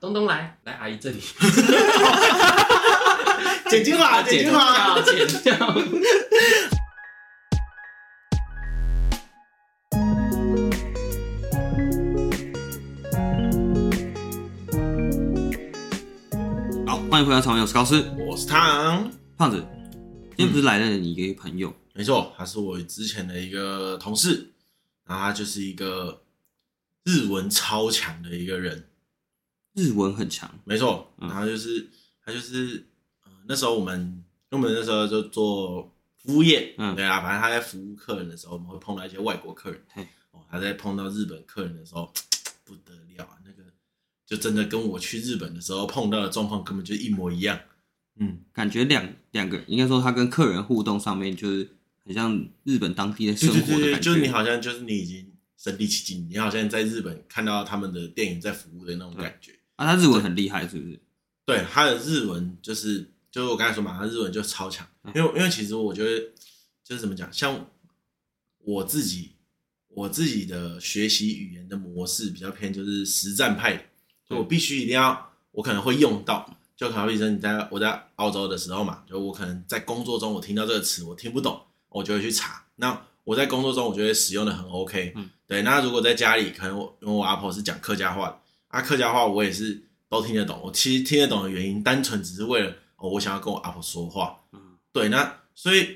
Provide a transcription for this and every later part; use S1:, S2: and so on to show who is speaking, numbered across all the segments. S1: 东东来，来阿姨 这里，
S2: 剪精华，剪精华。
S1: 掉， 剪掉。
S3: 好，欢迎回到草莓，我是高斯
S2: 我是汤，
S3: 胖子。今天不是来了你一个朋友，
S2: 没错，他是我之前的一个同事，然后他就是一个日文超强的一个人，
S3: 日文很强，
S2: 没错，
S3: 嗯
S2: 然后就是、他就是、呃那时候我们，因为我们那时候就做服务业，
S3: 嗯
S2: 对啊，反正他在服务客人的时候，我们会碰到一些外国客人
S3: 嘿，
S2: 哦，他在碰到日本客人的时候，不得了啊，那个就真的跟我去日本的时候碰到的状况根本就一模一样，嗯，
S3: 感觉两两个应该说他跟客人互动上面就是很像日本当地的
S2: 对
S3: 生活
S2: 对
S3: 的感觉。
S2: 对对，就是你好像就是你已经身临其境，你好像在日本看到他们的电影在服务的那种感觉。
S3: 啊，他日文很厉害，是不是？
S2: 对，他的日文就是就是我刚才说嘛，他日文就超强，
S3: 嗯
S2: 因为因为其实我觉得就是怎么讲，像我自己我自己的学习语言的模式比较偏就是实战派的，就我
S3: 嗯
S2: 必须一定要我可能会用到。就好比说你在我在澳洲的时候嘛，就我可能在工作中我听到这个词我听不懂，我就会去查。那我在工作中我觉得使用的很 OK，
S3: 嗯，
S2: 对。那如果在家里，可能我因为我阿婆是讲客家话的，啊，客家话我也是都听得懂。我其实听得懂的原因，单纯只是为了哦，我想要跟我阿婆说话。
S3: 嗯，
S2: 对，那所以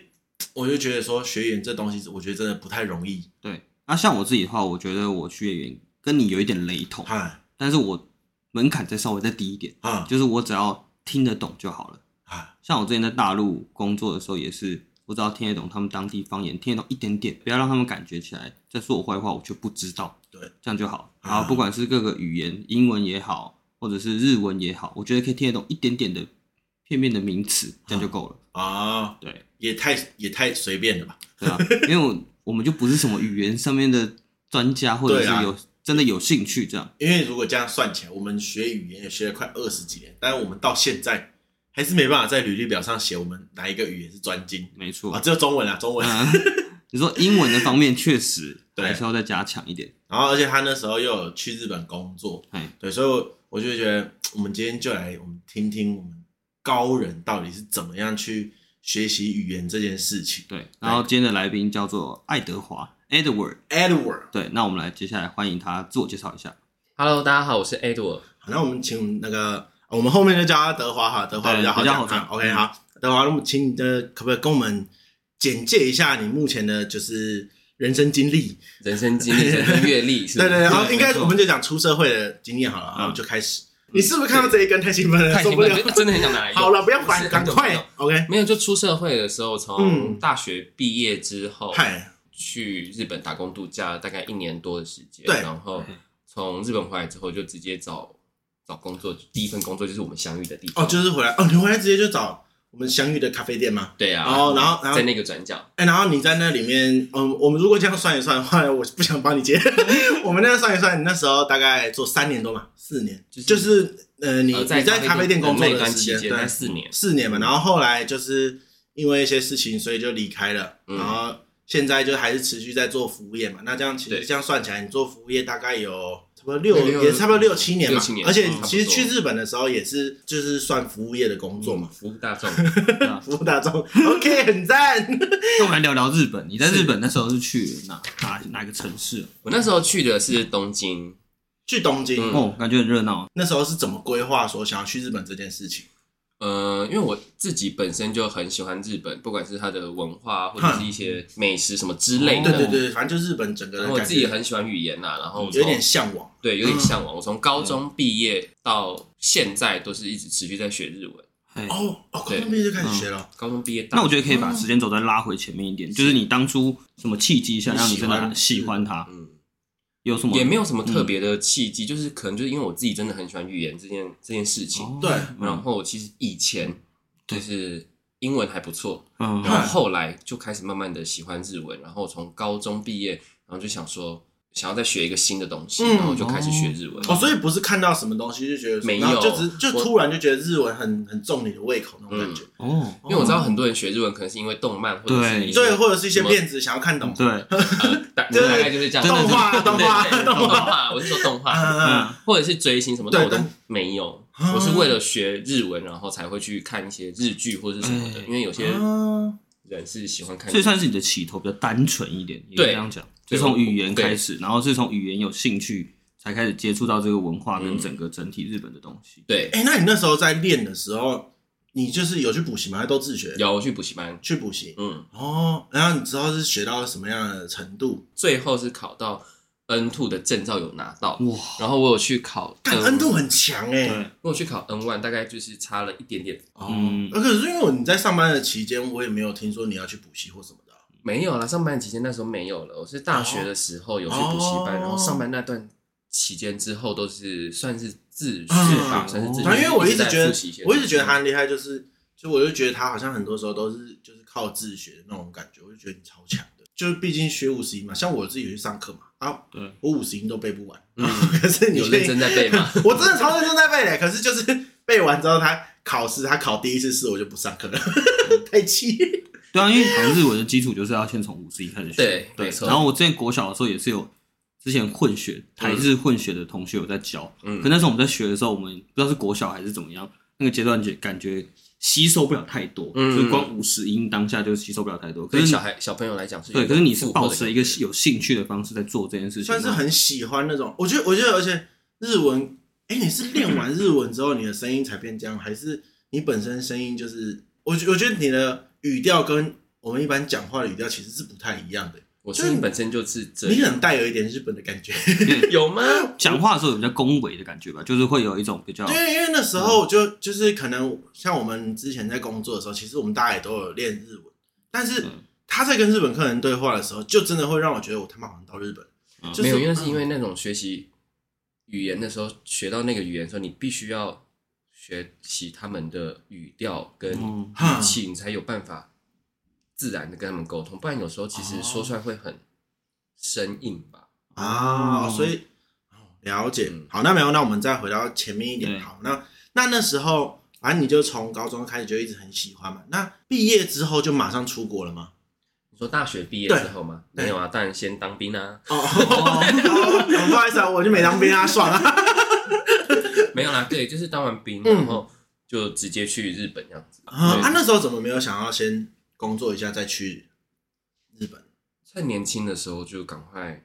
S2: 我就觉得说学语言这东西，我觉得真的不太容易。
S3: 对。那、像我自己的话，我觉得我学语言跟你有一点雷同，
S2: 啊
S3: 但是我门槛再稍微再低一点，
S2: 啊
S3: 就是我只要听得懂就好了。
S2: 啊！
S3: 像我之前在大陆工作的时候，也是我只要听得懂他们当地方言，听得懂一点点，不要让他们感觉起来在说我坏话，我就不知道。
S2: 对，
S3: 这样就好。
S2: 啊
S3: 然后不管是各个语言，英文也好，或者是日文也好，我觉得可以听得懂一点点的片面的名词，这样 就够了。
S2: 啊，
S3: 对，
S2: 也太也太随便了吧？
S3: 对啊，因为我我们就不是什么语言上面的专家，或者
S2: 对啊
S3: 是有、真的有兴趣这样。
S2: 因为如果这样算起来，我们学语言也学了快二十几年，但是我们到现在还是没办法在履历表上写我们哪一个语言是专精
S3: 没错，
S2: 啊，只有中文啊，中文。
S3: 嗯，你说英文的方面确实
S2: 对
S3: 还是要再加强一点。
S2: 然后，而且他那时候又有去日本工作，
S3: 哎，
S2: 对，所以我我就觉得，我们今天就来，我们听听我们高人到底是怎么样去学习语言这件事情。
S3: 对。然后今天的来宾叫做爱德华 Edward，
S2: Edward，
S3: 对，那我们来接下来欢迎他自我介绍一下。
S1: Hello，大家好，我是 Edward。
S2: 好，那我们请那个，呃我们后面就叫他德华哈，德华比较好
S3: 对比较
S2: 讲。
S3: 好讲
S2: 啊 OK，好，德华，那么请你的可不可以跟我们简介一下你目前的就是人生经历？
S1: 人生经历、人生阅历，是不
S2: 对
S1: 是
S2: 对对，嗯好，应该
S3: 没错
S2: 我们就讲出社会的经验好了，然后我们就开始。你是不是看到这一根太兴奋了，
S1: 太
S2: 受
S1: 兴
S2: 不
S1: 奋
S2: 了？
S1: 了，真的很想拿来用。
S2: 好了，不要
S1: 不
S2: 管，
S1: 是
S2: 赶
S1: 很
S2: 快
S1: 久
S2: ，OK，
S1: 没有，就出社会的时候，从
S2: 嗯
S1: 大学毕业之后
S2: 嗨，
S1: 去日本打工度假，大概一年多的时间。
S2: 对
S1: 然后从日本回来之后，就直接找找工作，第一份工作就是我们相遇的地方。
S2: 哦，就是回来哦，你回来直接就找我们相遇的咖啡店吗？
S1: 对啊。
S2: 哦然后然后
S1: 在那个转角，
S2: 哎、然后你在那里面，嗯，我们如果这样算一算 的话，我不想帮 你接。我们那样算一算，你那时候大概做三年多嘛，四年，
S1: 就是
S2: 就是呃，你
S1: 呃
S2: 你在咖啡店工作
S1: 那一
S2: 的
S1: 段
S2: 时
S1: 期
S2: 间，
S1: 间，
S2: 对
S1: 在，四年，
S2: 四年嘛。然后后来就是因为一些事情，所以就离开了。
S1: 嗯
S2: 然后现在就还是持续在做服务业嘛。那这样其实
S1: 对
S2: 这样算起来，你做服务业大概有差不多六，
S1: 六
S2: 也差不多六七年嘛。
S1: 六七年
S2: 而且
S1: 嗯
S2: 其实
S1: 差不
S2: 去
S1: 多
S2: 日本的时候也是就是算服务业的工作嘛。
S1: 服务大众。嗯
S2: 服务大众 ，OK，很赞。
S3: 那我们来聊聊日本。你在
S1: 是
S3: 日本那时候是去哪哪哪个城市啊？
S1: 我那时候去的是东京，
S2: 去东京，
S1: 嗯
S3: 哦，感觉很热闹。
S2: 那时候是怎么规划说想要去日本这件事情？
S1: 呃，因为我自己本身就很喜欢日本，不管是它的文化啊或者是一些美食什么之类
S2: 对
S1: 的。
S2: 哦对对，反正就日本整个
S1: 然
S2: 人
S1: 后嗯哦我
S2: 感
S1: 自己也
S2: 觉
S1: 很喜欢语言呐、然后我从
S2: 有点向往。
S1: 对有点向往。我从高中毕业到现在都是一直持续在学日文。
S3: 嘿
S2: 哦哦，高
S1: 对
S2: 中毕业就开始学了，
S1: 高中毕业到，
S3: 那我觉得可以
S1: 哦
S3: 把时间轴再拉回前面一点，就是你当初什么契机下
S2: 你
S3: 让你
S2: 喜
S3: 真
S2: 欢
S3: 的喜欢它？
S1: 嗯
S3: 有什么哦
S1: 也没有什么特别的契机，就是可能就是因为我自己真的很喜欢语言这件这件事情。
S3: 哦
S2: 对
S1: 然后其实以前就是英文还不错，
S3: 嗯
S1: 然后后来就开始慢慢的喜欢日文，然后从高中毕业，然后就想说，想要再学一个新的东西，
S2: 嗯
S1: 然后我就开始学日文。
S2: 哦，所以不是看到什么东西就觉得说
S1: 嗯没有
S2: 然后就只是就
S1: 我
S2: 突然就觉得日文很很重你的胃口那种感觉，
S3: 哦，
S1: 因为我知道很多人学日文可能是因为动漫，或者是
S3: 对
S1: 一些
S2: 对，或者是一些片子想要看懂，
S3: 对，
S1: 呃大
S2: 对
S1: 大概就是这样。
S3: 真的是
S2: 动画动画
S1: 对对
S2: 动
S1: 动
S2: 画，
S1: 画，我是说动
S2: 嗯
S1: 画，
S2: 嗯嗯，
S1: 或者是追星什么，
S2: 对
S1: 但我都
S2: 但
S1: 没有。
S2: 啊
S1: 我是为了学日文，然后才会去看一些日剧或者是什么的，
S3: 哎
S1: 因为有些
S2: 啊
S1: 人是喜欢看
S3: 所以算是你的起头比较单纯一点，也可以
S1: 对
S3: 这样讲，就
S1: 对
S3: 从语言开始，然后是从语言有兴趣，才开始接触到这个文化
S1: 嗯
S3: 跟整个整体日本的东西。
S1: 对，
S2: 哎，那你那时候在练的时候，你就是有去补习吗？还都自学？
S1: 有去补习班，
S2: 去补习
S1: 嗯，
S2: 哦。然后你知道是学到什么样的程度？
S1: 最后是考到 N two 的证照有拿到，
S3: 哇，
S1: 然后我有去考
S2: 干 N 度很强哎、
S3: 对，
S1: 我有去考 N one，大概就是差了一点点，
S2: 哦，
S3: 嗯
S2: 呃可是因为你在上班的期间，我也没有听说你要去补习或什么的。啊
S1: 没有啦，上班期间那时候没有了，我是大学的时候有去补习班，
S2: 哦
S1: 然后上班那段期间之后都是算是自学
S2: 嗯
S1: 吧，算是自学。
S2: 反正因为我一直觉
S1: 在
S2: 得
S1: 复习些，东
S2: 我
S1: 西
S2: 一直觉得他很厉害，就是就我就觉得他好像很多时候都是就是靠自学的那种感觉，我就觉得你超强的。就是毕竟学五十音嘛，像我自己有去上课嘛，啊，
S3: 对，
S2: 我五十音都背不完，
S1: 嗯
S2: 可是你
S1: 有认真在背吗？
S2: 我真的超认真在背嘞，可是就是背完之后，他考试他考第一次试我就不上课了，
S1: 嗯
S2: 太气。
S3: 对啊，因为好像日文的基础就是要先从五十音开始学。
S1: 对
S3: 对
S1: 没，错
S3: 然后我之前国小的时候也是有，之前混血台日混血的同学有在教，
S1: 嗯
S3: 可那时候我们在学的时候，我们不知道是国小还是怎么样，那个阶段就感觉吸收不了太多，
S1: 嗯
S3: 就是光五十音当下就吸收不了太 多。可
S1: 对
S3: 是
S1: 小孩小朋友来讲是
S3: 对，可是你是
S1: 复
S3: 抱
S1: 合的
S3: 持
S1: 感
S3: 一个
S1: 觉
S3: 有兴趣的方式在做这件事情，
S2: 算是
S3: 那
S2: 很喜欢那种，我觉得，我觉得，而且日文，哎、你是练完日文之后，你的声音才变这样，还是你本身声音就是？我觉我觉得你的语调跟我们一般讲话的语调其实是不太一样的，
S1: 我自己本身就是这
S2: 你可
S1: 样，
S2: 能带有一点日本的感觉。
S1: 有吗？
S3: 讲话的时候有比较恭维的感觉吧，就是会有一种比较
S2: 因为因为那时候就就是可能像我们之前在工作的时候，其实我们大家也都有练日文，但是
S3: 嗯
S2: 他在跟日本客人对话的时候，就真的会让我觉得我他妈好像到日本了，
S3: 嗯
S2: 就 是
S1: 没有，因为是因为那种学习语言的时候，学到那个语言的时候，你必须要学习他们的语调跟
S3: 嗯
S2: 啊
S1: 语气，你才有办法自然的跟他们沟通。不然有时候其实说出来会很生硬
S2: 哦
S1: 吧。
S2: 啊，
S3: 哦
S2: 所以哦了解
S1: 嗯。
S2: 好，那没有，那我们再回到前面一点。
S3: 对
S2: 好，那那那时候，反正你就从高中开始就一直很喜欢嘛。那毕业之后就马上出国了吗？
S1: 你说大学毕业
S2: 对
S1: 之后吗？
S2: 对
S1: 没有啊，当然先当兵 啊，
S2: 哦，哦不好意思啊，我就没当兵啊，爽啊。
S1: 没有啦，对，就是当完兵，
S2: 嗯
S1: 然后就直接去日本这样子。
S2: 啊，
S1: 对
S2: 那时候怎么没有想要先工作一下再去日本？
S1: 趁年轻的时候就赶快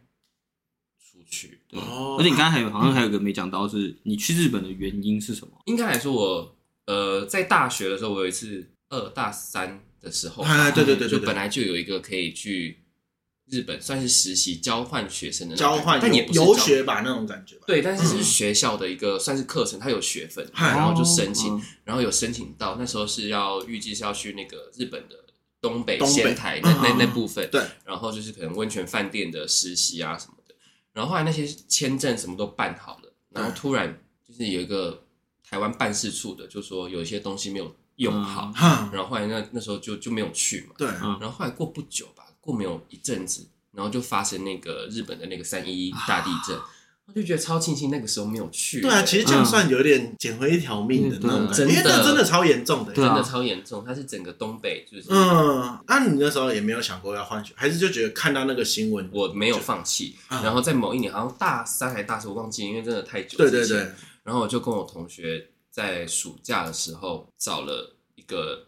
S1: 出去。
S3: 对
S2: 哦
S3: 而且你刚才还有好像还有一个没讲到是，你去日本的原因是什么？
S1: 应该来说我，呃，在大学的时候，我有一次二大三的时候，
S2: 哎对对对对对
S1: 就本来就有一个可以去日本算是实习交换学生的那种
S2: 交
S1: 感觉
S2: 换
S1: 但也不是交
S2: 游
S1: 换
S2: 学吧那种感觉吧。
S1: 对，但是
S2: 嗯
S1: 是学校的一个算是课程，它有学分，
S2: 嗨
S1: 然后就申请
S3: 嗯，
S1: 然后有申请到，那时候是要预计是要去那个日本的东北
S2: 东北
S1: 仙台那
S2: 嗯嗯嗯
S1: 那那部分，
S2: 对，
S1: 然后就是可能温泉饭店的实习啊什么的，然后后来那些签证什么都办好了，然后突然就是有一个台湾办事处的就说有一些东西没有用好，
S2: 哈，
S1: 然后后来那那时候就就没有去嘛，
S2: 对，
S3: 嗯
S1: 然后后来过不久吧，过没有一阵子，然后就发生那个日本的那个三一一大地震，我就觉得超庆幸那个时候没有去。
S2: 啊对啊，其实这样算有点捡回一条命的那种感觉，
S1: 嗯
S2: 因为那
S1: 真的
S2: 真的超严重的。
S3: 对
S1: 真
S3: 啊
S1: 的超严重，它是整个东北就是，
S2: 嗯，那你那时候也没有想过要换学，还是就觉得看到那个新闻，
S1: 我没有放弃。
S2: 啊
S1: 然后在某一年，好像大三还大四，我忘记，因为真的太久。
S2: 对对对。，
S1: 然后我就跟我同学在暑假的时候找了一个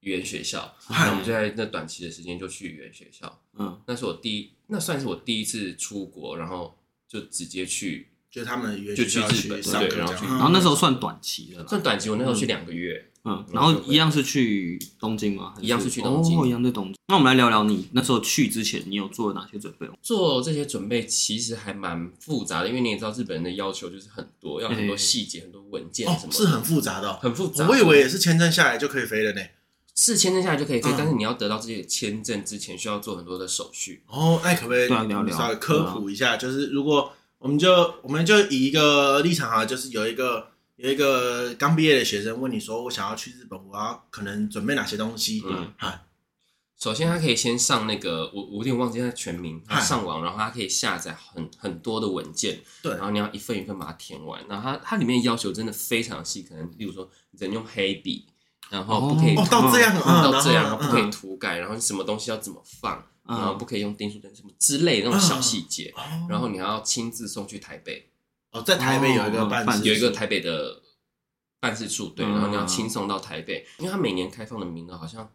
S1: 语言学校，然后我们就
S2: 哎
S1: 在那短期的时间就去语言学校。
S3: 嗯，
S1: 那是我第一，那算是我第一次出国，然后就直接去，
S2: 就是他们原
S1: 就
S2: 学
S1: 去
S2: 校
S1: 日
S2: 去
S1: 本，
S2: 上
S1: 对，
S2: 课这
S1: 然后去，
S2: 样。
S3: 然后那时候算短期的啦，
S1: 算短期，我那时候去两个月，
S3: 嗯，然后一样是去东京吗？还
S1: 一样是去东京
S3: 哦，一样在东京。那我们来聊聊你那时候去之前，你有做哪些准备吗？
S1: 做这些准备其实还蛮复杂的，因为你也知道日本人的要求就是很多，要很多
S3: 嗯
S1: 细节、很多文件什
S2: 哦，
S1: 么的，
S2: 是很复杂的哦，
S1: 很复杂。
S2: 我以为也是签证下来就可以飞了呢。
S1: 是签证下来就可以飞
S2: 嗯，
S1: 但是你要得到这些签证之前，需要做很多的手续。
S2: 哦，那可不可以
S3: 对啊聊聊
S2: 稍微科普一下？就是如果我们就我们就以一个立场哈，就是有一个有一个刚毕业的学生问你说，我想要去日本，我要可能准备哪些东西？
S1: 嗯
S2: 啊，
S1: 首先，他可以先上那个，我我有点忘记他全名，他
S2: 嗨
S1: 上网，然后他可以下载很很多的文件，
S2: 对
S1: 然后你要一份一份把它填完。然后它它里面要求真的非常细，可能例如说你只能用黑笔，然后不可以
S2: 哦，
S1: 涂嗯
S2: 到这样啊，啊
S1: 到这样，然
S2: 然
S1: 后
S2: 后
S1: 不可以涂改，然后什么东西要怎么放，
S3: 嗯
S1: 然后不可以用订书针什么之类的那种小细节。
S2: 嗯
S1: 然后你还要亲自送去台北，
S2: 哦，在台北有一个办
S3: 哦
S2: 事，
S1: 有一个台北的办事处，对，
S3: 嗯
S1: 然后你要亲送到台北，因为它每年开放的名额好像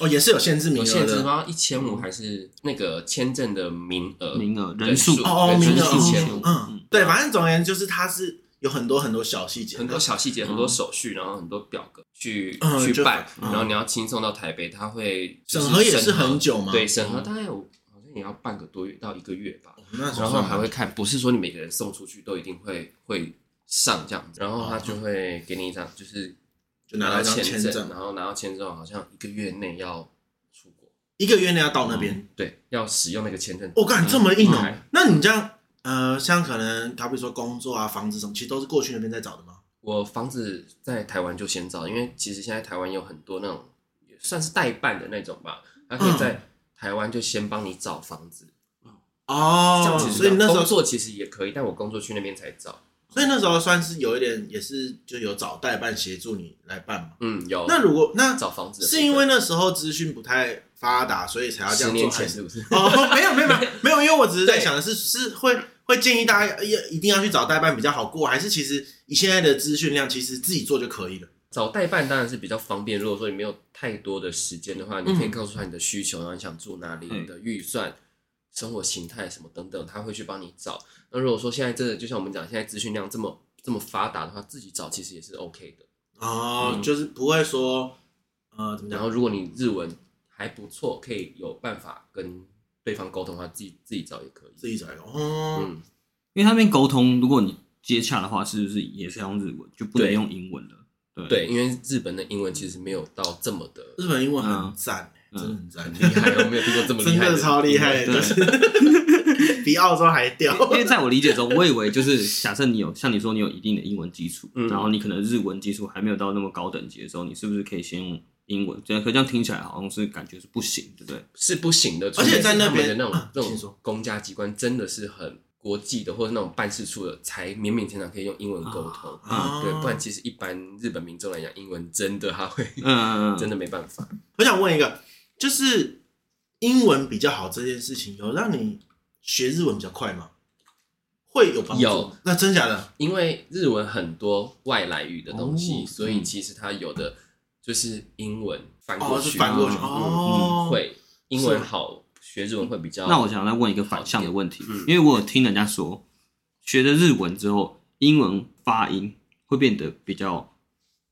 S2: 哦，也是有限制名
S1: 有
S2: 额
S1: 限制，
S2: 的
S1: 吗？一千五还是那个签证的名额？
S3: 名额
S1: 人
S3: 人数
S1: 数
S2: 哦哦，
S1: 对
S2: 名
S1: 就
S2: 额
S1: 是1500
S2: 哦嗯，对，反正总而言之就是它是有很多很多小细节，
S1: 很多小细节，很多手续，然后很多表格去
S2: 嗯
S1: 去
S2: 就
S1: 办，
S2: 嗯
S1: 然后你要轻松到台北，他会就是
S2: 审核也是很久吗
S1: 对，审核大概有好像也要半个多月到一个月吧，
S2: 哦那
S1: 然后还会
S2: 会
S1: 看，不是说你每个人送出去都一定会会上这样子，然后他就会给你一张，就是
S2: 哦就拿到
S1: 到
S2: 一张
S1: 签
S2: 签证
S1: 然后拿到签证好像一个月内要出国，
S2: 一个月内要到那边，
S1: 对，要使用那个签证。
S2: 我干这么硬
S1: 嗯
S2: 哦，那你这样呃，像可能好比说工作啊、房子什么，其实都是过去那边在找的吗？
S1: 我房子在台湾就先找，因为其实现在台湾有很多那种也算是代办的那种吧，他
S2: 嗯
S1: 可以在台湾就先帮你找房子，这
S2: 哦
S1: 样，其实
S2: 所以那时
S1: 工
S2: 候，
S1: 作其实也可以，但我工作去那边才找。
S2: 所以那时候算是有一点，也是就有找代办协助你来办嘛。
S1: 嗯，有。
S2: 那如果那
S1: 找房子的部分
S2: 是因为那时候资讯不太发达，所以才要这
S1: 十
S2: 样做，
S1: 年
S2: 还
S1: 前
S2: 是
S1: 是不是？
S2: 哦，没有没有没有没有，因为我只是在
S1: 对
S2: 想的是，是会会建议大家要一定要去找代办比较好过，还是其实以现在的资讯量，其实自己做就可以了。
S1: 找代办当然是比较方便。如果说你没有太多的时间的话，你
S2: 嗯
S1: 可以告诉他你的需求，然后你想住哪里，
S3: 嗯
S1: 你的预算、生活形态什么等等，他会去帮你找。那如果说现在真的就像我们讲，现在资讯量这么这么发达的话，自己找其实也是 OK 的。
S2: 哦，
S1: 嗯
S2: 就是不会说呃怎么
S1: 然
S2: 讲，
S1: 后如果你日文还不错，可以有办法跟对方沟通的话，自己自己找也可以。
S2: 自己找一个哦，
S1: 嗯，
S3: 因为他们沟通，如果你接洽的话，是不是也是要用日文，就不能
S1: 对
S3: 用英文了？对
S1: 对，因为日本的英文其实没有到这么的
S2: 日本英文很
S3: 嗯
S2: 赞、欸
S3: 嗯
S2: 真的很赞，
S1: 厉 害，啊我没有听过这么厉
S2: 真
S1: 害嗯
S2: 的超厉害，
S1: 英
S2: 就
S1: 文
S2: 是比澳洲还屌。
S3: 因为在我理解中，我以为就是假设你有像你说你有一定的英文基础，
S1: 嗯
S3: 然后你可能日文基础还没有到那么高等级的时候，你是不是可以先用英文？这样可这样听起来好像是感觉是不行，对不对？
S1: 是不行的，
S2: 而且在那
S1: 除非是他们
S2: 边
S1: 的那种
S2: 啊
S1: 那
S2: 请
S1: 种
S2: 说
S1: 公家机关真的是很国际的，或者那种办事处的，才勉勉强强可以用英文沟通。
S2: 啊
S1: 对，不然其实一般日本民众来讲，英文真的他会
S3: 嗯嗯嗯，
S1: 真
S3: 的
S1: 的没办法。
S2: 我想问一个，就是英文比较好这件事情，有让你学日文比较快吗？会有帮助？
S1: 有
S2: 那真假的？
S1: 因为日文很多外来语的东西，
S3: 哦
S1: 所以其实它有的就是英文翻
S2: 哦，
S1: 过
S2: 是
S1: 去，啊
S2: 翻过去
S3: 嗯
S2: 哦，
S1: 会英文好，学日文会比较。
S3: 那我想再问一个反向的问题，
S1: 嗯
S3: 因为我有听人家说，学了日文之后，英文发音会变得比较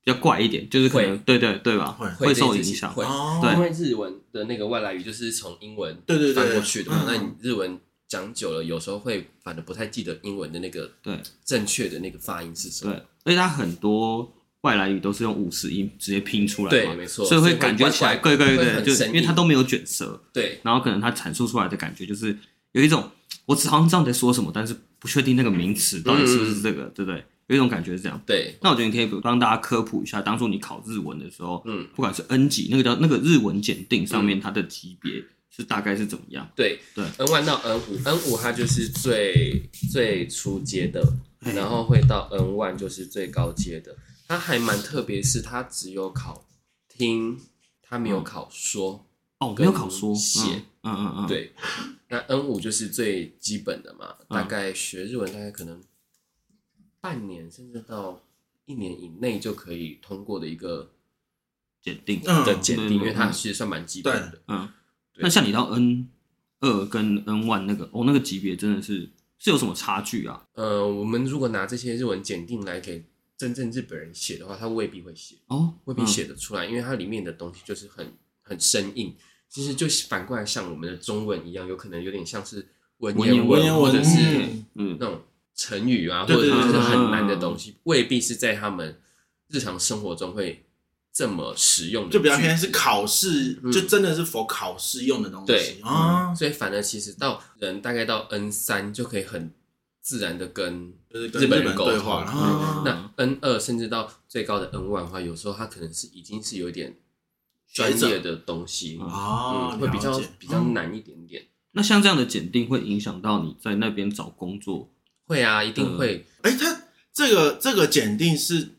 S3: 比较怪一点，就是可能
S1: 会
S3: 对对对吧？
S2: 会
S1: 会
S3: 受
S1: 这
S3: 影
S1: 件事情
S3: 响。
S1: 会
S2: 哦，
S3: 对
S1: 因为日文的那个外来语就是从英文
S2: 对对对
S1: 翻过去的嘛
S2: 嗯，
S1: 那你日文讲久了，有时候会反而不太记得英文的那个
S3: 对
S1: 正确的那个发音是什
S3: 对
S1: 么。，
S3: 而且它很多外来语都是用五十音直接拼出来
S1: 对
S3: 嘛
S1: 没错
S3: 所以
S1: 所以
S3: 会
S1: 会
S3: 感觉起来，
S1: 怪怪
S3: 对对
S1: 的会
S3: 对，
S1: 很
S3: 就
S1: 生
S3: 因为它
S1: 硬
S3: 都没有卷舌，
S1: 对
S3: 然后可能它阐述出来的感觉就是有一种我好像知道你在说什么，但是不确定那个名词到底是不是
S1: 嗯
S3: 这个，对不对？有一种感觉是这样。
S1: 对
S3: 那我觉得你可以帮大家科普一下，当初你考日文的时候，
S1: 嗯，
S3: 不管是 N 级那个叫那个日文检定上面它的级别是大概是怎么样？
S1: 对
S3: 对
S1: ，N 1到 N 5 n 5它就是最最初阶的，然后会到 N 1就是最高阶的。它还蛮特别，是它只有考听，它没有
S3: 嗯
S1: 考说。
S3: 哦，没有考说，
S1: 跟写
S3: 嗯嗯嗯嗯，
S1: 对，那 N 五就是最基本的嘛，
S3: 嗯
S1: 大概学日文大概可能半年甚至到一年以内就可以通过的一个
S3: 检定，
S2: 嗯
S1: 的检定，
S3: 嗯
S1: 因为它其实算蛮基本的。
S3: 嗯，
S1: 对
S3: 那像你到 N 二跟 N one 那个，哦，那个级别真的是是有什么差距啊？
S1: 呃，我们如果拿这些日文检定来给真正日本人写的话，他未必会写，
S3: 哦，
S1: 未
S2: 嗯
S1: 必写得出来，因为它里面的东西就是很很生硬。其实就反过来像我们的中文一样，有可能有点像是文
S3: 文言
S1: 言
S3: 文
S1: 文或者是
S2: 嗯
S3: 嗯，
S1: 那种成语啊，或
S2: 对
S1: 者
S2: 对对
S1: 是
S2: 对
S1: 很难的东西，未必是在他们日常生活中会这么实用的句子，
S2: 就比较偏是考试，
S1: 嗯
S2: 就真的是否考试用的东西
S1: 对嗯
S2: 啊，
S1: 所以反而其实到人大概到 N 三就可以很自然的跟
S2: 就是跟
S1: 日本
S2: 人
S1: 人沟
S2: 对
S1: 通
S2: 话，
S1: 对
S2: 啊
S3: 嗯
S1: 那 N 二甚至到最高的 N 万的话，有时候他可能是已经是有一点专
S2: 学者
S1: 业的东西，
S2: 哦
S1: 嗯，，会比较
S2: 了解
S1: 比较难一点点。
S3: 那像这样的检定会影响到你在那边找工作，
S1: 会啊，一定会。
S2: 哎、他这个这个检定是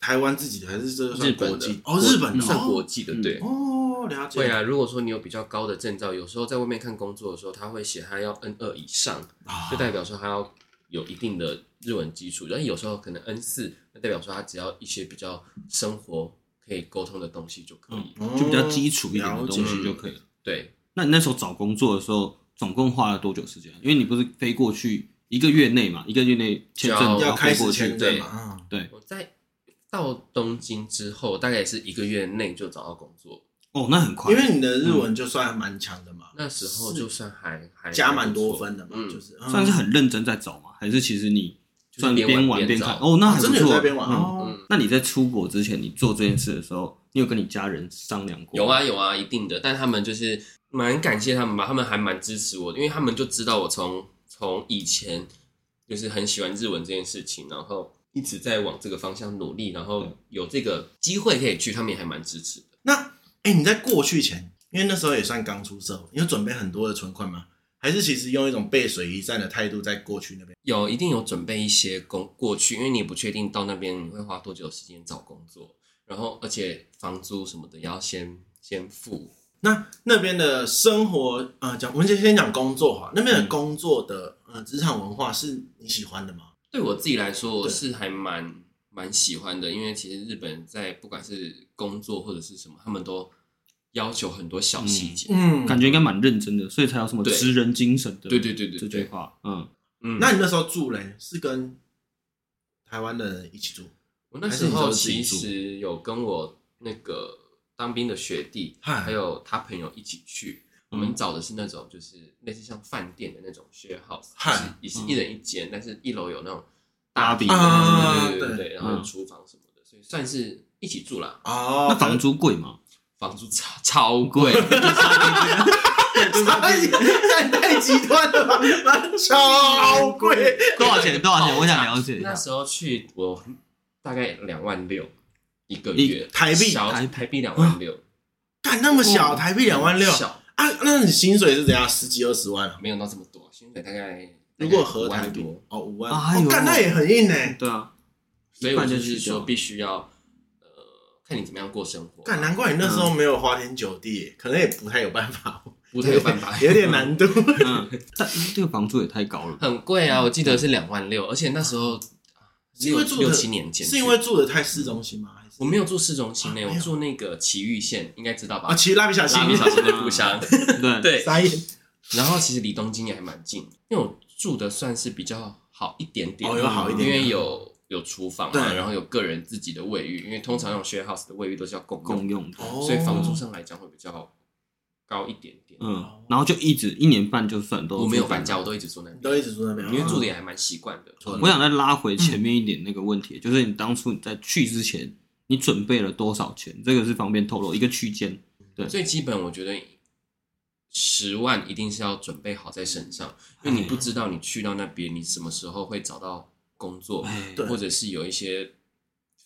S2: 台湾自己的还是这个
S1: 日
S2: 算国
S1: 本的
S2: 际？哦，日本的
S1: 算国
S2: 际
S1: 际的
S3: 嗯，
S1: 对。
S2: 哦，了解。
S1: 会啊，如果说你有比较高的证照，有时候在外面看工作的时候，他会写他要 N 二以上，
S2: 啊，
S1: 就代表说他要有一定的日文基础，但是有时候可能 N 四，那代表说他只要一些比较生活可以沟通的东西就可以。
S2: 哦
S3: 就比较基础一点的
S2: 了解
S3: 东西就可以了。
S1: 对，
S3: 那你那时候找工作的时候，总共花了多久时间？因为你不是飞过去一个月内嘛，一个月内签证
S1: 就
S3: 然
S2: 要
S3: 后
S2: 开
S3: 飞
S2: 始
S3: 过
S2: 签
S3: 去，
S2: 证嘛，嗯
S1: 我在到东京之后，大概也是一个月内就找到工作，
S3: 哦，那很快，
S2: 因为你的日文就算蛮强的嘛，
S1: 嗯那时候就算还还
S2: 加蛮多分的嘛，
S1: 嗯
S2: 就是
S3: 算是很认真在找嘛，还是其实你
S1: 就是
S3: 算
S1: 边
S3: 边
S1: 玩
S3: 玩
S1: 边
S3: 边看？
S1: 找
S3: 哦，那还
S2: 啊
S3: 不
S2: 真的有
S3: 错
S2: 在边玩
S3: 嗯
S2: 哦。
S3: 那你在出国之前，你做这件事的时候，你有跟你家人商量过？
S1: 有啊，有啊，一定的。但他们就是蛮感谢他们吧，他们还蛮支持我的，因为他们就知道我从从以前就是很喜欢日文这件事情，然后一直在往这个方向努力，然后有这个机会可以去，他们也还蛮支持的。
S2: 那哎、你在过去前，因为那时候也算刚出社会，你有准备很多的存款吗？还是其实用一种背水一战的态度在过去那边？
S1: 有一定有准备一些工过去，因为你也不确定到那边你会花多久时间找工作，然后而且房租什么的也要先先付。
S2: 那那边的生活，呃，讲我们先先讲工作哈，那边的工作的呃职场文化是你喜欢的吗？
S1: 对我自己来说，我
S2: 对
S1: 是还蛮蛮喜欢的，因为其实日本在不管是工作或者是什么，他们都要求很多小细节。
S2: 嗯
S3: 感觉应该蛮认真的，所以才有什么
S1: 对
S3: 职人精神的。
S1: 对对对对
S3: 这
S1: 对
S3: 句话，嗯，
S2: 哦
S1: 嗯，
S2: 那你那时候住嘞，是跟台湾的人一起住？
S1: 我那
S2: 还
S1: 时
S2: 是你
S1: 候
S2: 都自
S1: 其
S2: 己住
S1: 实有跟我那个当兵的学弟，
S2: 嗨
S1: 还有他朋友一起去。我们找的是那种就是类似像饭店的那种 share house，就
S2: 嗨
S1: 是也是一人一间，但是一楼有那种
S3: 大
S1: 厅
S3: 饼
S2: 啊
S1: 对对对
S2: 对
S1: 对，然后有
S3: 嗯
S1: 厨房什么的，所以算是一起住啦。
S2: 哦
S3: 那房租贵吗？
S1: 房租超 超 贵，
S2: 啊哎呀， 太极端了吧，超哦贵。
S3: 多少钱？多少钱？我想了解一
S1: 那
S3: 下。
S1: 时候去我大概两万六一个月，
S2: 台币
S1: 小
S3: 台
S1: 台币两万六，
S2: 干那么小，台币两万六
S1: 小
S2: 啊？那你薪水是怎样？十几二十万啊？
S1: 没有到这么多，薪水大概
S2: 如果合
S1: 大概5
S2: 台
S1: 万
S2: 币
S1: 多，
S2: 哦，五万，
S3: 哎
S2: 哦
S3: 呦
S2: 干那也很硬呢。
S3: 对啊，
S1: 所以我就
S3: 一半
S1: 是
S3: 就去掉
S1: 说必须要呃看你怎么样过生活，
S2: 干，难怪你那时候没有花天酒地，可能也不太有办法，
S1: 不太有办 法，
S2: 有点难度。
S3: 嗯，但这个房租也太高了吧。
S1: 很贵啊，我记得是两万六，而且那时候
S2: 嗯是因为
S1: 六
S2: 住的
S1: 六七年前去，
S2: 是因为住的太市中心吗？还是
S1: 我没有住市中心内，
S2: 啊没
S1: 我
S2: 有
S1: 住那个埼玉县，应该知道吧
S2: 啊？？其实蜡笔小新
S1: 拉，米小新的故 乡，
S3: 对，
S1: 对，
S2: 傻眼
S1: 然后其实离东京也还蛮近，因为我住的算是比较好一点点，
S2: 哦有好一点
S1: 因为有有厨房
S2: 对
S1: 嘛，然后有个人自己的卫浴，因为通常那种 share house 的卫浴都是要共
S3: 共
S1: 用，
S3: 用的。
S2: 哦
S1: 所以房租上来讲会比较高一点点。
S2: 哦
S3: 嗯，然后就一直一年半就算都
S1: 我没有搬家，我都一直住那
S2: 你
S1: 边，
S2: 都一直哦住那边，
S1: 因为住的
S2: 哦
S1: 也还蛮习惯的。
S3: 我想再拉回前面一点那个问
S1: 嗯
S3: 题，就是你当初你在去之前，你准备了多少钱？这个是方便透露一个区间。
S1: 最基本我觉得十万一定是要准备好在身上，因为你不知道你去到那边你什么时候会找到工作，
S3: 哎，
S2: 对
S1: 或者是有一些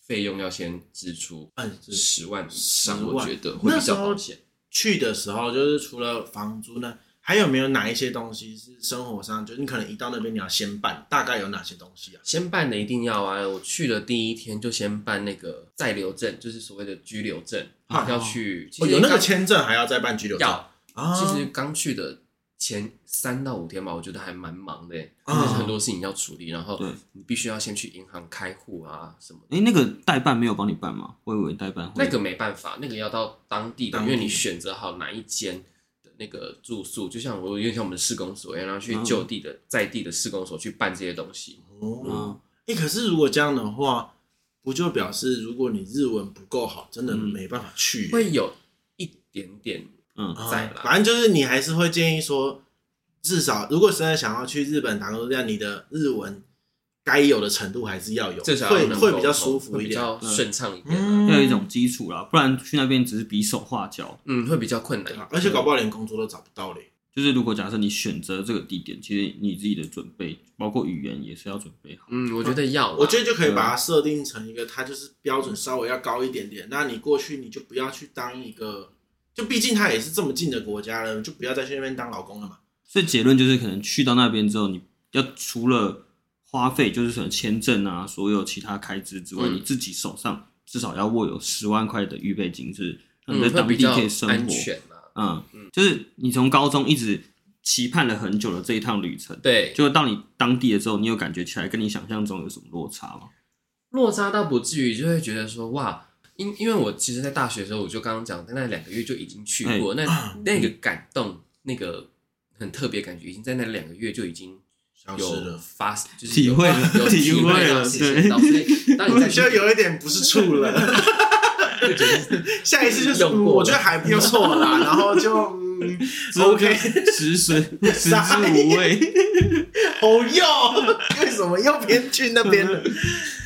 S1: 费用要先支出。
S2: 嗯，是
S1: 十万以上，
S2: 10
S1: 我
S2: 万
S1: 觉得会比较保险。
S2: 去的时候，就是除了房租呢，还有没有哪一些东西是生活上，就是你可能一到那边你要先办，大概有哪些东西啊？
S1: 先办的一定要啊！我去的第一天就先办那个在留证，就是所谓的居留证，
S2: 啊
S1: 要去。其
S2: 哦，
S1: 实
S2: 有那个
S1: 刚
S2: 签证还要再办居留证
S1: 要。
S2: 啊？
S1: 其实刚去的前三到五天吧，我觉得还蛮忙的耶，就
S2: 啊
S1: 是很多事情要处理，然后
S3: 对
S1: 你必须要先去银行开户啊什么的。
S3: 哎，那个代办没有帮你办吗？我以为代办会
S1: 那个没办法，那个要到当地的，
S2: 当
S1: 因
S2: 地
S1: 为你选择好哪一间的那个住宿，就像我有点像我们的市公所一样，然后去
S3: 嗯
S1: 就地的在地的市公所去办这些东西。
S2: 哦
S3: 嗯，
S2: 哎、可是如果这样的话，不就表示如果你日文不够好，真的
S1: 嗯
S2: 没办法去、
S1: 会有一点点
S3: 嗯
S2: 啊
S1: 在啦
S2: 反正就是你还是会建议说，至少如果真的想要去日本打工度假，你的日文该有的程度还是要有，
S1: 至少
S2: 会
S1: 能
S2: 会
S1: 沟
S2: 比较
S1: 通
S2: 舒服
S1: 会
S2: 一
S1: 比
S2: 点。
S1: 较顺畅一点啊、
S2: 嗯
S3: 要有一种基础啦，不然去那边只是比手画脚。
S1: 嗯，会比较困难。
S2: 啊而且搞不好连工作都找不到嘞。
S3: 就是如果假设你选择这个地点，其实你自己的准备，包括语言也是要准备好。
S1: 嗯，我觉得要啦，啊
S2: 我觉得就可以把它设定成一个，它就是标准稍微要高一点点。那你过去你就不要去当一个，就毕竟它也是这么近的国家了，就不要再去那边当老公了嘛。
S3: 所以结论就是，可能去到那边之后，你要除了花费，就是什么签证啊，所有其他开支之外，
S1: 嗯
S3: 你自己手上至少要握有十万块的预备金，是让你在
S1: 嗯，会
S3: 当
S1: 比
S3: 地
S1: 较
S3: 可以生
S1: 安
S3: 活。
S1: 全啊啦。
S3: 嗯，就是你从高中一直期盼了很久的这一趟旅程，
S1: 对，
S3: 结果到你当地了之后，你有感觉起来跟你想象中有什么落差 吗？
S1: 落差倒不至于，就会觉得说哇，因因为我其实，在大学的时候，我就刚刚讲，那两个月就已经去过，
S3: 哎
S1: 那那个
S3: 嗯
S1: 感动，那个很特别感觉，已经在那两个月就已经
S2: 消失
S1: 有
S2: 了
S1: 发，就是有
S3: 体会了
S1: 有体
S3: 体会
S1: 会
S3: 了
S1: 到事情到，所以当你
S2: 我
S1: 在
S2: 觉得有一点不是 处了，下一次就是
S1: 用
S2: 嗯
S1: 过了
S2: 我觉得还不 错啦，然后就嗯 OK，
S3: 食髓食之无 味。
S2: 哦 哟，为什么又偏去那边了？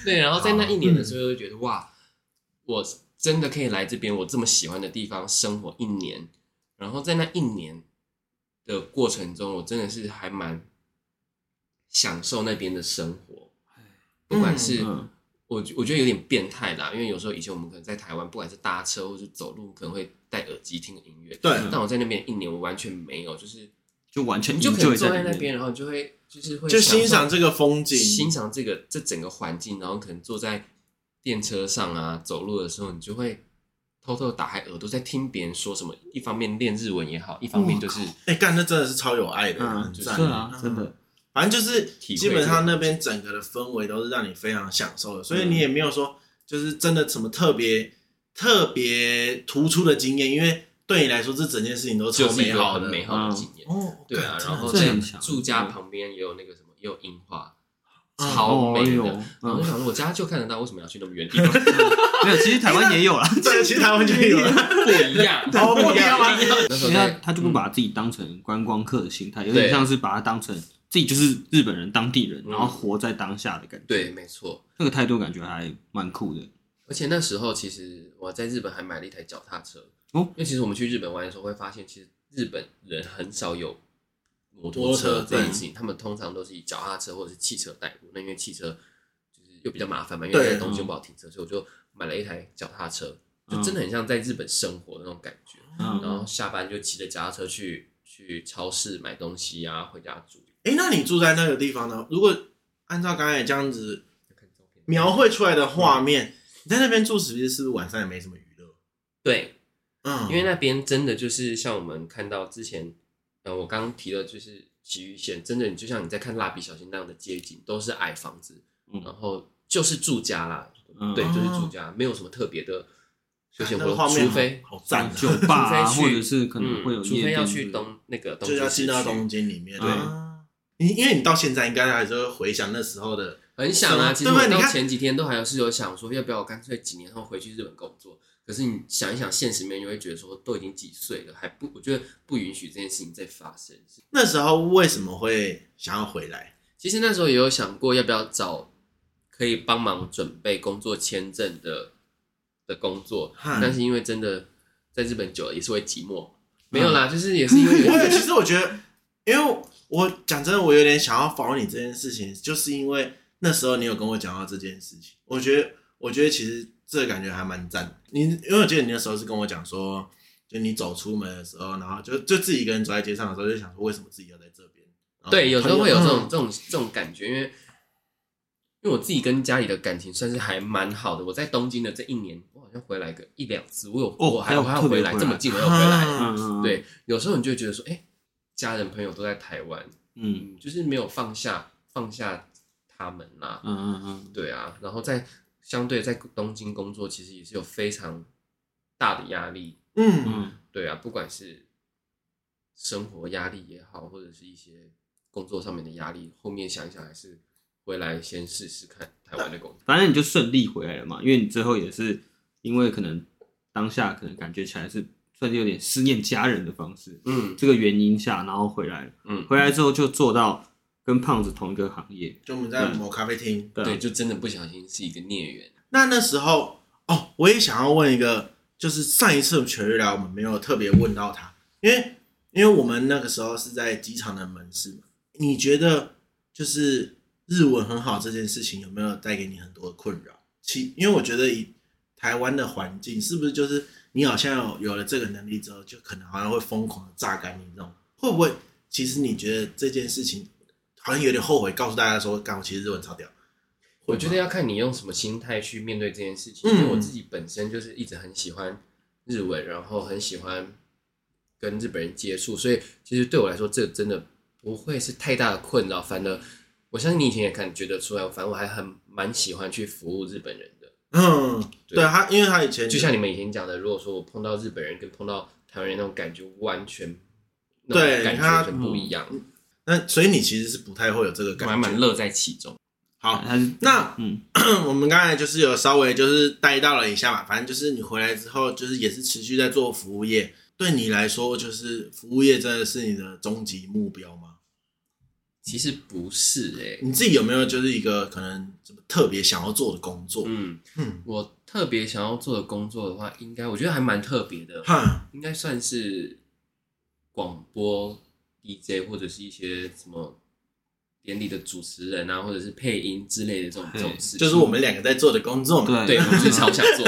S1: 对，然后在那一年的时候，就觉得哇，我真的可以来这边，我这么喜欢的地方生活一年。然后在那一年的过程中，我真的是还蛮享受那边的生活，不管是
S3: 嗯，
S1: 我觉我觉得有点变态啦，因为有时候以前我们可能在台湾，不管是搭车或是走路，可能会戴耳机听音乐。
S2: 对
S1: 但我在那边一年，我完全没有，就是
S3: 就完全
S1: 你就可能
S3: enjoy
S1: 坐在
S3: 里
S1: 那
S3: 面
S1: 边，然后你就会就是会
S2: 就
S1: 享
S2: 欣
S1: 受
S2: 赏这个风
S1: 欣
S2: 景，
S1: 赏这个这整个环境，然后可能坐在电车上啊，走路的时候，你就会偷偷打开耳朵在听别人说什么。一方面练日文也好，一方面就是
S2: 哎，干，那真的是超有爱的，
S3: 嗯，
S2: 很
S3: 是
S2: 赞
S3: 啊，真。
S2: 嗯
S3: 的，
S2: 反正就是
S1: 体会
S2: 基本上那边整个的氛围都是让你非常享受的，所
S1: 嗯
S2: 以你也没有说就是真的什么特别特别突出的经验，因为对你来说这整件事情都
S1: 就
S2: 超
S1: 是一
S2: 美
S1: 个
S2: 好
S1: 很
S2: 的。
S1: 美
S3: 嗯
S1: 好的经验。
S2: 哦，
S1: 对啊，
S2: 干
S1: 然后
S3: 这
S1: 在
S3: 很强
S1: 住家
S3: 嗯啊
S1: 旁边也有那个什么，也有樱花，
S2: 嗯
S1: 超美的。
S3: 哦哎呦
S1: 然后
S3: 嗯
S1: 我想说，我家就看得到，为什么要去那么远地方？
S3: 没有，其实台湾也有啦。
S2: 真的对，其实台湾就有了，
S1: 不一 样，
S2: 哦不一样吗
S1: 那时
S3: 因
S1: 候
S3: 为他
S1: 在嗯
S3: 他就不把自己当成观光客的心态，有点
S1: 对
S3: 像是把他当成自己就是日本人、当地人，
S1: 嗯
S3: 然后活在当下的感觉。
S1: 对，，没错。
S3: 那个态度感觉还蛮酷的。
S1: 而且那时候其实我在日本还买了一台脚踏车，
S3: 哦
S1: 因为其实我们去日本玩的时候会发现，其实日本人很少有摩
S2: 摩
S1: 托
S2: 托车
S1: 车这件
S2: 对
S1: 事情，他们通常都是以脚踏车或者是汽车代步。那因为汽车就是又比较麻烦嘛，因为
S2: 对
S1: 在东京不好停车，所以我就买了一台脚踏车，就
S3: 嗯
S1: 真的很像在日本生活的那种感觉。
S3: 嗯，
S1: 然后下班就骑着脚踏车去去超市买东西啊，回家煮。
S2: 哎，那你住在那个地方呢？如果按照刚才这样子
S1: 看照片
S2: 描绘出来的画面，你在那边住，其实是不是晚上也没什么娱乐？
S1: 对，
S2: 嗯，
S1: 因为那边真的就是像我们看到之前，呃，我刚刚提的就是奇遇县，真的你就像你在看蜡笔小新那样的街景，都是矮房子，
S3: 嗯
S1: 然后就是住家啦，
S3: 嗯
S1: 对，
S2: 哦
S1: 就是住家，没有什么特别的休闲活
S2: 那个画
S1: 动，
S2: 面
S1: 除非嗯
S2: 好好赞啊，
S3: 酒吧啊，
S1: 除非去
S3: 或者是可能会有
S1: 嗯，除
S3: 夜
S1: 非要
S3: 店
S1: 去
S3: 之类的，
S1: 东那个东
S2: 就
S1: 京
S2: 要进到
S1: 市区
S2: 东京里面。
S3: 对
S2: 啊，你因为你到现在应该还是会回想那时候的，
S1: 很想啊，其实
S2: 对
S1: 我
S2: 你
S1: 到
S2: 看
S1: 前几天都还有是有想说，要不要我干脆几年后回去日本工作。可是你想一想，现实面就会觉得说，都已经几岁了，还不，我觉得不允许这件事情再发生。
S2: 那时候为什么会想要回来？
S1: 其实那时候也有想过要不要找可以帮忙准备工作签证的的工作，
S2: 哈
S1: 但是因为真的在日本久了也是会寂寞，没有
S3: 嗯
S1: 啦，就是也是因为
S2: 我也其实我觉得，因为我讲真的，我有点想要访问你这件事情，就是因为那时候你有跟我讲到这件事情，我觉得，我觉得其实这个感觉还蛮赞的。你因为我记得你那时候是跟我讲说，就你走出门的时候，然后就就自己一个人走在街上的时候，就想说为什么自己要在这边？然后
S3: 哦
S1: 对，有时候会有这种
S2: 嗯
S1: 这种这种感觉，因为因为我自己跟家里的感情算是还蛮好的。我在东京的这一年，我好像回来个一两次，我有、
S3: 哦
S1: 我
S3: 还
S1: 还
S3: 有
S1: 我还要
S3: 特别
S1: 回来，
S3: 回来
S1: 这么近我要回来。
S2: 嗯
S3: 嗯嗯，嗯，
S1: 对，有时候你就会觉得说，哎、家人朋友都在台湾，
S3: 嗯
S1: 嗯，就是没有放下放下他们啦、
S3: 嗯嗯嗯，
S1: 对啊，然后在相对在东京工作，其实也是有非常大的压力。
S2: 嗯
S3: 嗯
S1: 对啊，不管是生活压力也好，或者是一些工作上面的压力，后面想一想还是回来先试试看台湾的工作。
S3: 反正你就顺利回来了嘛，因为你最后也是因为可能当下可能感觉起来是算是有点思念家人的方式，
S1: 嗯
S3: 这个原因下，然后回来了，
S1: 嗯，
S3: 回来之后就做到跟胖子同一个行业，
S2: 就我们在某咖啡厅，
S3: 对
S1: 对，
S3: 啊，
S1: 就真的不小心是一个孽缘。
S2: 那那时候哦，我也想要问一个，就是上一次全日来我们没有特别问到他，因为因为我们那个时候是在机场的门市嘛。你觉得就是日文很好这件事情有没有带给你很多的困扰？其因为我觉得以台湾的环境，是不是就是你好像有有了这个能力之后，就可能好像会疯狂的榨干你这种？会不会其实你觉得这件事情好像有点后悔，告诉大家说，干我其实日文超屌。
S1: 我觉得要看你用什么心态去面对这件事情。
S2: 嗯
S1: 因为我自己本身就是一直很喜欢日文，然后很喜欢跟日本人接触，所以其实对我来说，这真的不会是太大的困扰。反而，我相信你以前也看觉得出来，反正我还很蛮喜欢去服务日本人的。
S2: 嗯，
S1: 对
S2: 对他，因为他以前
S1: 就像你们以前讲的，如果说我碰到日本人跟碰到台湾人那种感觉，完全那
S2: 对
S1: 种感
S2: 他
S1: 觉
S2: 嗯
S1: 很不一样，
S2: 那，所以你其实是不太会有这个感
S1: 满
S2: 觉。
S1: 满乐在其中。
S2: 好，
S3: 他是
S2: 那
S3: 嗯，
S2: 我们刚才就是有稍微就是带到了一下嘛，反正就是你回来之后，就是也是持续在做服务业。对你来说，就是服务业真的是你的终极目标吗？
S1: 其实不是哎、
S2: 你自己有没有就是一个可能什么特别想要做的工作？
S1: 嗯，
S2: 嗯，
S1: 我特别想要做的工作的话，应该我觉得还蛮特别的，
S2: 哈，
S1: 应该算是广播 DJ 或者是一些什么典礼的主持人啊，或者是配音之类的这种这
S3: 对
S1: 种事情，
S2: 就是我们两个在做的工作嘛。
S3: 对
S1: 对，我就是好想 做，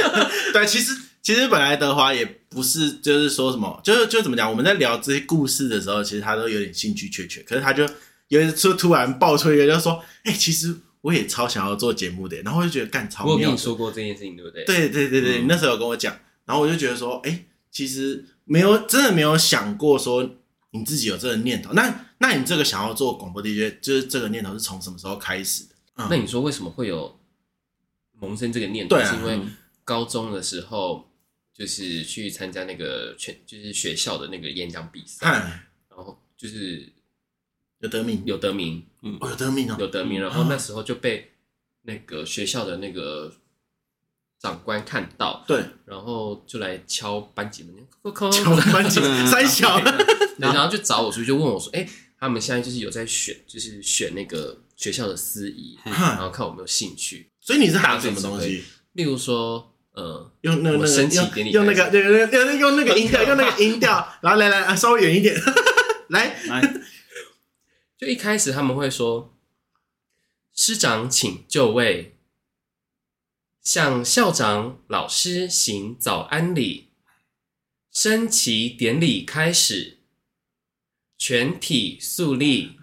S2: 对，其实其实本来德华也不是，就是说什么，就是就怎么讲，我们在聊这些故事的时候，其实他都有点兴趣缺缺，可是他就有一次突然爆出一个，就说：“哎、其实我也超想要做节目的。”然后我就觉得干超
S1: 我有
S2: 妙
S1: 跟
S2: 的
S1: 你。说过这件事情，对不对？，
S2: 对对对
S1: 嗯
S2: 对，你那时候有跟我讲，然后我就觉得说，哎、其实没有真的没有想过说你自己有这个念头。那那你这个想要做广播 DJ，就是这个念头是从什么时候开始的？嗯
S1: 那你说为什么会有萌生这个念头？
S2: 对啊
S1: 是因为高中的时候就是去参加那个全就是学校的那个演讲比赛，
S2: 看
S1: 然后就是
S2: 有得名，
S1: 嗯有得名，
S2: 哦有得名哦，
S1: 有得名，
S3: 嗯
S1: 然后那时候就被那个学校的那个长官看到，
S2: 对，
S1: 然后就来敲班级门，扣扣
S2: 乔
S1: 对
S2: 班级三小，
S1: 然后就找我出去，就问我说：“哎、他们现在就是有在选，就是选那个学校的司仪，然后看我有没有兴趣。
S2: 所以你是喊什么东西？
S1: 例如说，呃，
S2: 用那个
S1: 我
S2: 那
S1: 升旗
S2: 个
S1: 典礼
S2: 用用那个对对对用用那个 音调，
S1: 很可
S2: 用
S1: 怕
S2: 那个音调，然后来来啊，稍微远一点， 来
S3: 来
S1: 就一开始他们会说：师长请就位，向校长、老师行早安礼，升旗典礼开始，全体肃立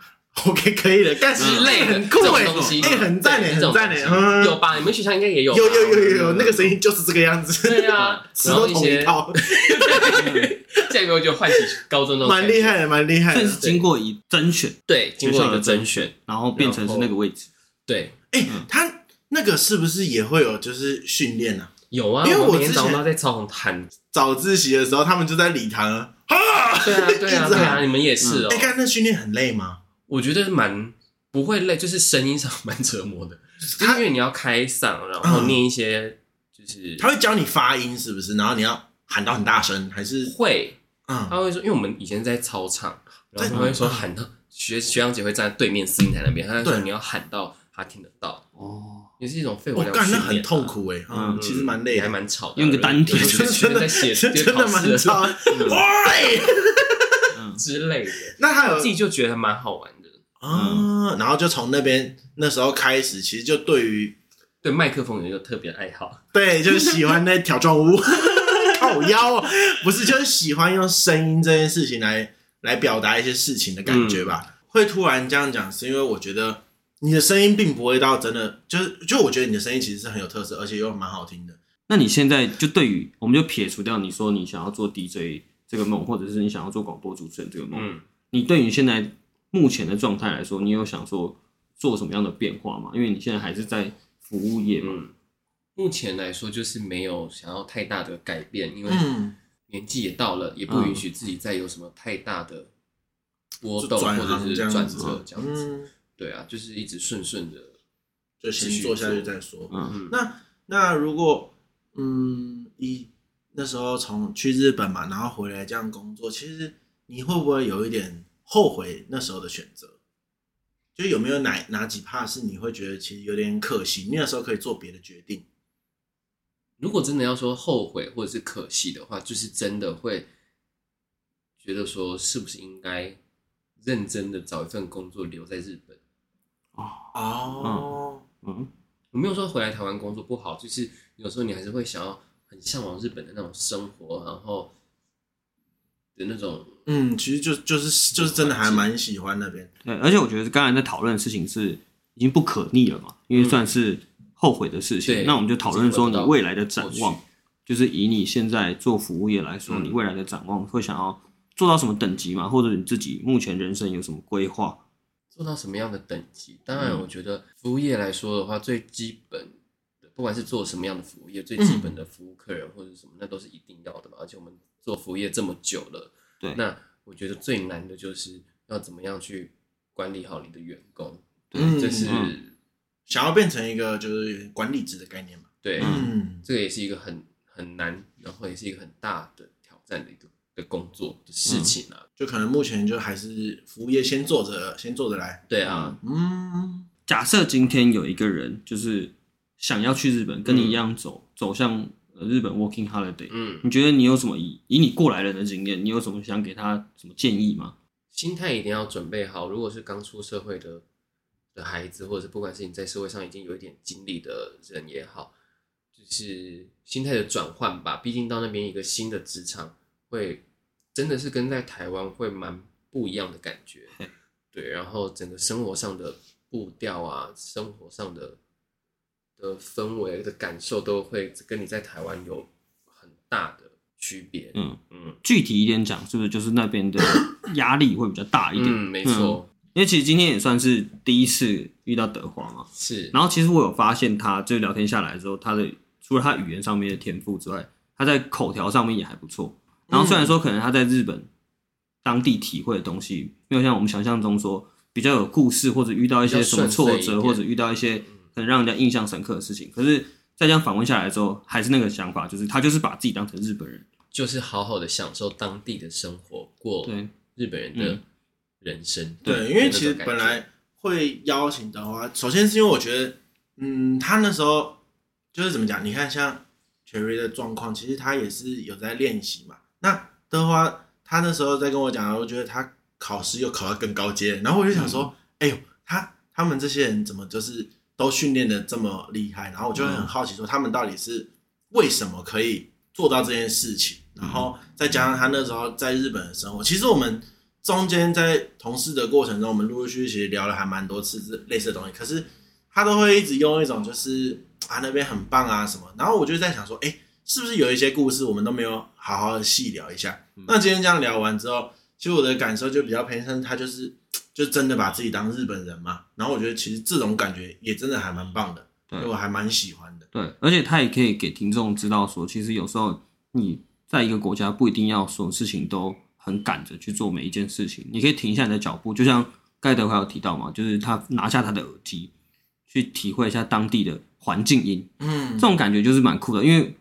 S2: ，OK 可以了，但是
S1: 之类的
S2: 很
S1: 嗯这
S2: 酷
S1: 种
S2: 哎
S1: 东西，，
S2: 哎很赞哎，
S1: 对这
S2: 很
S1: 种
S2: 赞
S1: 东
S2: 哎
S1: 西，
S2: 嗯
S1: 有吧？你们学校应该也有吧，
S2: 有有有有有，那个声音就是这个样子，
S1: 对 啊，
S2: 词
S1: 然后
S2: 都
S1: 一
S2: 同一
S1: 些，
S2: 套，
S1: 下一个就唤起高中那种
S2: 蛮
S1: 感
S2: 厉
S1: 觉。
S2: 害的，蛮厉害
S3: 但
S2: 的。
S3: 是经过一甄选，
S1: 对，经过一
S3: 学校
S1: 个
S3: 的
S1: 甄选，
S3: 然后变成是那个位置，
S1: 对，
S2: 哎、他那个是不是也会有就是训练呢？
S1: 有啊，
S2: 因为
S1: 我
S2: 我
S1: 每天
S2: 之
S1: 早上
S2: 前
S1: 都在操场喊
S2: 早自习的时候，他们就在礼堂啊。
S1: 对啊，对啊，
S2: 一直
S1: 对
S2: 喊
S1: 啊，你们也是哦
S2: 哎、。看那训练很累吗？
S1: 我觉得蛮不会累，就是声音上 蛮折磨的，因为你要开嗓，然
S2: 嗯
S1: 后念一些就是
S2: 他会教你发音是不是？然后你要喊到很大声，还是
S1: 会，
S2: 嗯
S1: 他会说，因为我们以前在操场，然后他会说喊到学学长姐会站在对面司令台那边，他会说
S2: 对
S1: 你要喊到他听得到，
S3: 哦，
S1: 也是一种肺活
S2: 我
S1: 量
S2: 干、
S1: 训
S2: 那
S1: 练啊，
S2: 很痛苦哎、嗯，
S3: 嗯
S2: 其实蛮累
S1: 也
S2: 的
S1: 还，蛮吵的，
S3: 用个丹田
S1: 有时候学生在写
S2: 真真的
S1: 考试
S2: 蛮
S1: 的时候嗯
S2: 吵。 喂，
S3: 嗯
S1: 之类的，
S2: 那他有
S1: 我自己嗯就觉得蛮好玩的。
S2: 啊，然后就从那边那时候开始，其实就对于
S1: 对麦克风有一个特别爱好，
S2: 对，就是喜欢那条状物， 好妖哦，不是，就是喜欢用声音这件事情来来表达一些事情的感觉吧。
S1: 嗯
S2: 会突然这样讲，是因为我觉得你的声音并不会到真的，就是就我觉得你的声音其实是很有特色，而且又蛮好听的。
S3: 那你现在就对于我们就撇除掉你说你想要做 DJ 这个梦，或者是你想要做广播主持人这个梦，
S1: 嗯，
S3: 你对于现在目前的状态来说，你有想说做什么样的变化吗？因为你现在还是在服务业嘛，
S1: 嗯，目前来说就是没有想要太大的改变，因为
S2: 嗯，
S1: 年纪也到了，也不允许自己再有什么太大的波动
S2: 就转
S1: 或者
S2: 行
S1: 是
S2: 这样
S1: 转
S2: 子
S1: 折这样子。
S2: 嗯，
S1: 对啊，就是一直顺顺的。
S2: 就先做下去再说。
S3: 嗯，
S1: 嗯，
S2: 那那如果嗯，一那时候从去日本嘛，然后回来这样工作，其实你会不会有一点后悔那时候的选择？就有没有哪哪几怕是你会觉得其实有点可惜，你那时候可以做别的决定？
S1: 如果真的要说后悔或者是可惜的话，就是真的会觉得说是不是应该认真的找一份工作留在日本。
S2: 哦，
S3: 嗯，
S1: 我没有说回来台湾工作不好，就是有时候你还是会想要很向往日本的那种生活，然后的那种
S2: 嗯，其实就就是就是真的还蛮喜欢那边，
S3: 对，而且我觉得刚才在讨论的事情是已经不可逆了嘛，因为算是后悔的事
S1: 嗯
S3: 情。
S1: 对
S3: 那我们就讨论说
S1: 已经回
S3: 你
S1: 不到
S3: 未来的展
S1: 过
S3: 望
S1: 去，
S3: 就是以你现在做服务业来说，
S1: 嗯
S3: 你未来的展望会想要做到什么等级嘛？或者你自己目前人生有什么规划？
S1: 做到什么样的等级？当然，我觉得服务业来说的话，最基本的，不管是做什么样的服务业，最基本的服务客人或者什么，那都是一定要的嘛。而且我们做服务业这么久了，
S3: 对
S1: 那我觉得最难的就是要怎么样去管理好你的员工，
S2: 嗯，
S1: 这是、
S3: 嗯
S2: 想要变成一个就是有点管理职的概念嘛，
S1: 对，
S2: 嗯，
S1: 这个也是一个很很难，然后也是一个很大的挑战的一个的工作的事情啊。
S2: 就可能目前就还是服务业先做着，先做着来，
S1: 对啊，
S2: 嗯，
S3: 假设今天有一个人就是想要去日本，跟你一样走、走向呃日本 working holiday，、
S1: 嗯，
S3: 你觉得你有什么以以你过来人的经验，你有什么想给他什么建议吗？
S1: 心态一定要准备好。如果是刚出社会的的孩子，或者是不管是你在社会上已经有一点经历的人也好，就是心态的转换吧。毕竟到那边一个新的职场，会真的是跟在台湾会蛮不一样的感 觉。对，然后整个生活上的步调啊，生活上的的氛围的感受，都会跟你在台湾有很大的区别。
S3: 嗯
S1: 嗯
S3: 具体一点讲，是不是就是那边的压力会比较大一点？
S1: 嗯，没错，
S3: 因为其实今天也算是第一次遇到德华嘛，
S1: 是。
S3: 然后其实我有发现他，就是聊天下来之后，他的除了他语言上面的天赋之外，他在口条上面也还不错。
S1: 嗯
S3: 然后虽然说可能他在日本当地体会的东西，没有像我们想象中说比较有故事，或者遇到一些什么挫
S1: 比较顺遂一
S3: 折，
S1: 点
S3: 或者遇到一些可能让人家印象深刻的事情，可是再这样访问下来之后，还是那个想法，就是他就是把自己当成日本人。
S1: 就是好好的享受当地的生活，过
S3: 对
S1: 日本人的人生。
S2: 对，因为其实
S1: 那种感觉
S2: 本来会邀请的话，首先是因为我觉得，嗯，他那时候就是怎么讲？你看像 Cherry 的状况，其实他也是有在练习嘛。那的话，他那时候在跟我讲，我觉得他考试又考到更高阶，然后我就想说，哎呦，他他们这些人怎么就是都训练的这么厉害？然后我就会很好奇说，他们到底是为什么可以做到这件事情？然后再加上他那时候在日本的生活，其实我们中间在同事的过程中，我们陆陆续续其实聊了还蛮多次这类似的东西，可是他都会一直用一种就是啊那边很棒啊什么，然后我就在想说，哎、是不是有一些故事我们都没有好好的细聊一下？那今天这样聊完之后，其实我的感受就比较偏向他就是就真的把自己当日本人嘛，然后我觉得其实这种感觉也真的还蛮棒的，
S3: 对
S2: 所以我还蛮喜欢的。
S3: 对，而且他也可以给听众知道说，其实有时候你在一个国家不一定要所有事情都很赶着去做每一件事情，你可以停一下你的脚步，就像盖德还有提到嘛，就是他拿下他的耳机，去体会一下当地的环境音，
S2: 嗯
S3: 这种感觉就是蛮酷的。因为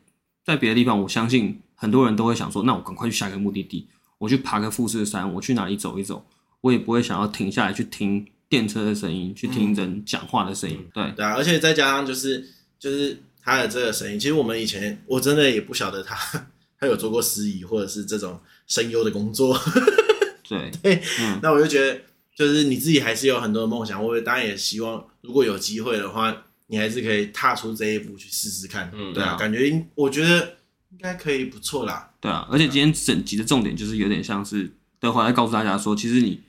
S3: 在别的地方，我相信很多人都会想说，那我赶快去下一个目的地，我去爬个富士山，我去哪里走一走，我也不会想要停下来去听电车的声音，去听人讲话的声音。对，
S2: 对啊，而且再加上就是就是他的这个声音，其实我们以前我真的也不晓得他他有做过司仪或者是这种声优的工作，
S3: 对，
S2: 那我就觉得就是你自己还是有很多的梦想，我也当然也希望如果有机会的话，你还是可以踏出这一步去试试看。
S1: 嗯
S2: 对
S3: 对
S2: 啊，
S3: 啊
S2: 感觉应我觉得应该可以不错啦。
S3: 对啊，而且今天整集的重点就是有点像是德华在告诉大家说，其实你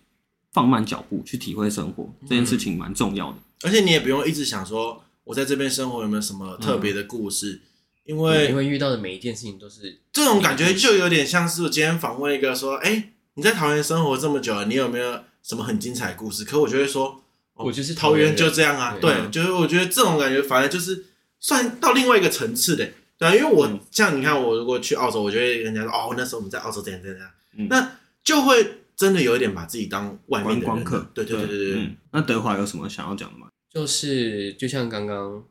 S3: 放慢脚步去体会生活
S2: 嗯
S3: 这件事情蛮重要的。
S2: 而且你也不用一直想说我在这边生活有没有什么特别的故事，因为
S1: 嗯因为遇到的每一件事情都是
S2: 这种感觉就有点像是我今天访问一个说，哎、你在桃园生活这么久了，你有没有什么很精彩的故事？可我就会说，哦
S1: 我就是
S2: 桃园
S1: 桃园人
S2: 就这样啊，
S1: 对
S2: 对，就是我觉得这种感觉反而就是算到另外一个层次的，对、啊，因为我、像你看我如果去澳洲，我就会跟人家说，哦，那时候我们在澳洲怎样怎样怎样，
S3: 嗯
S2: 那就会真的有一点把自己当外面的
S3: 观
S2: 人
S3: 光
S2: 了
S3: 客，
S2: 对对对对对，
S3: 嗯。那德华有什么想要讲的吗？
S1: 就是就像刚刚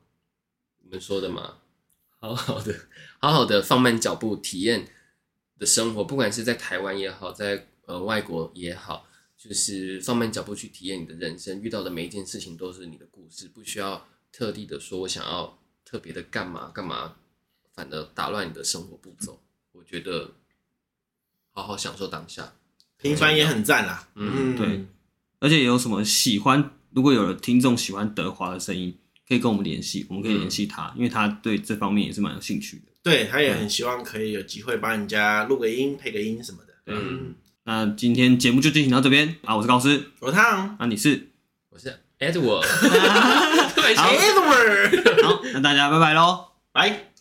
S1: 你们说的嘛， 好好的好好的放慢脚步，体验的生活，不管是在台湾也好，在呃外国也好，就是放慢脚步去体验你的人生，遇到的每一件事情都是你的故事，不需要特地的说我想要特别的干嘛干嘛，反而打乱你的生活步骤。我觉得好好享受当下，
S2: 平凡也很赞啦。
S1: 嗯
S3: 对，而且有什么喜欢，如果有听众喜欢德华的声音，可以跟我们联系，我们可以联系
S2: 嗯
S3: 他，因为他对这方面也是蛮有兴趣的。
S2: 对他也很希望可以有机会帮人家录个音、配个音什么的。
S1: 嗯，
S3: 那今天节目就进行到这边啊，我是高斯，
S2: 我啊烫
S3: 那你是，
S1: 我是 Edward，特别
S2: 哎 Edward，
S3: 好，那大家拜拜喽。
S2: 拜。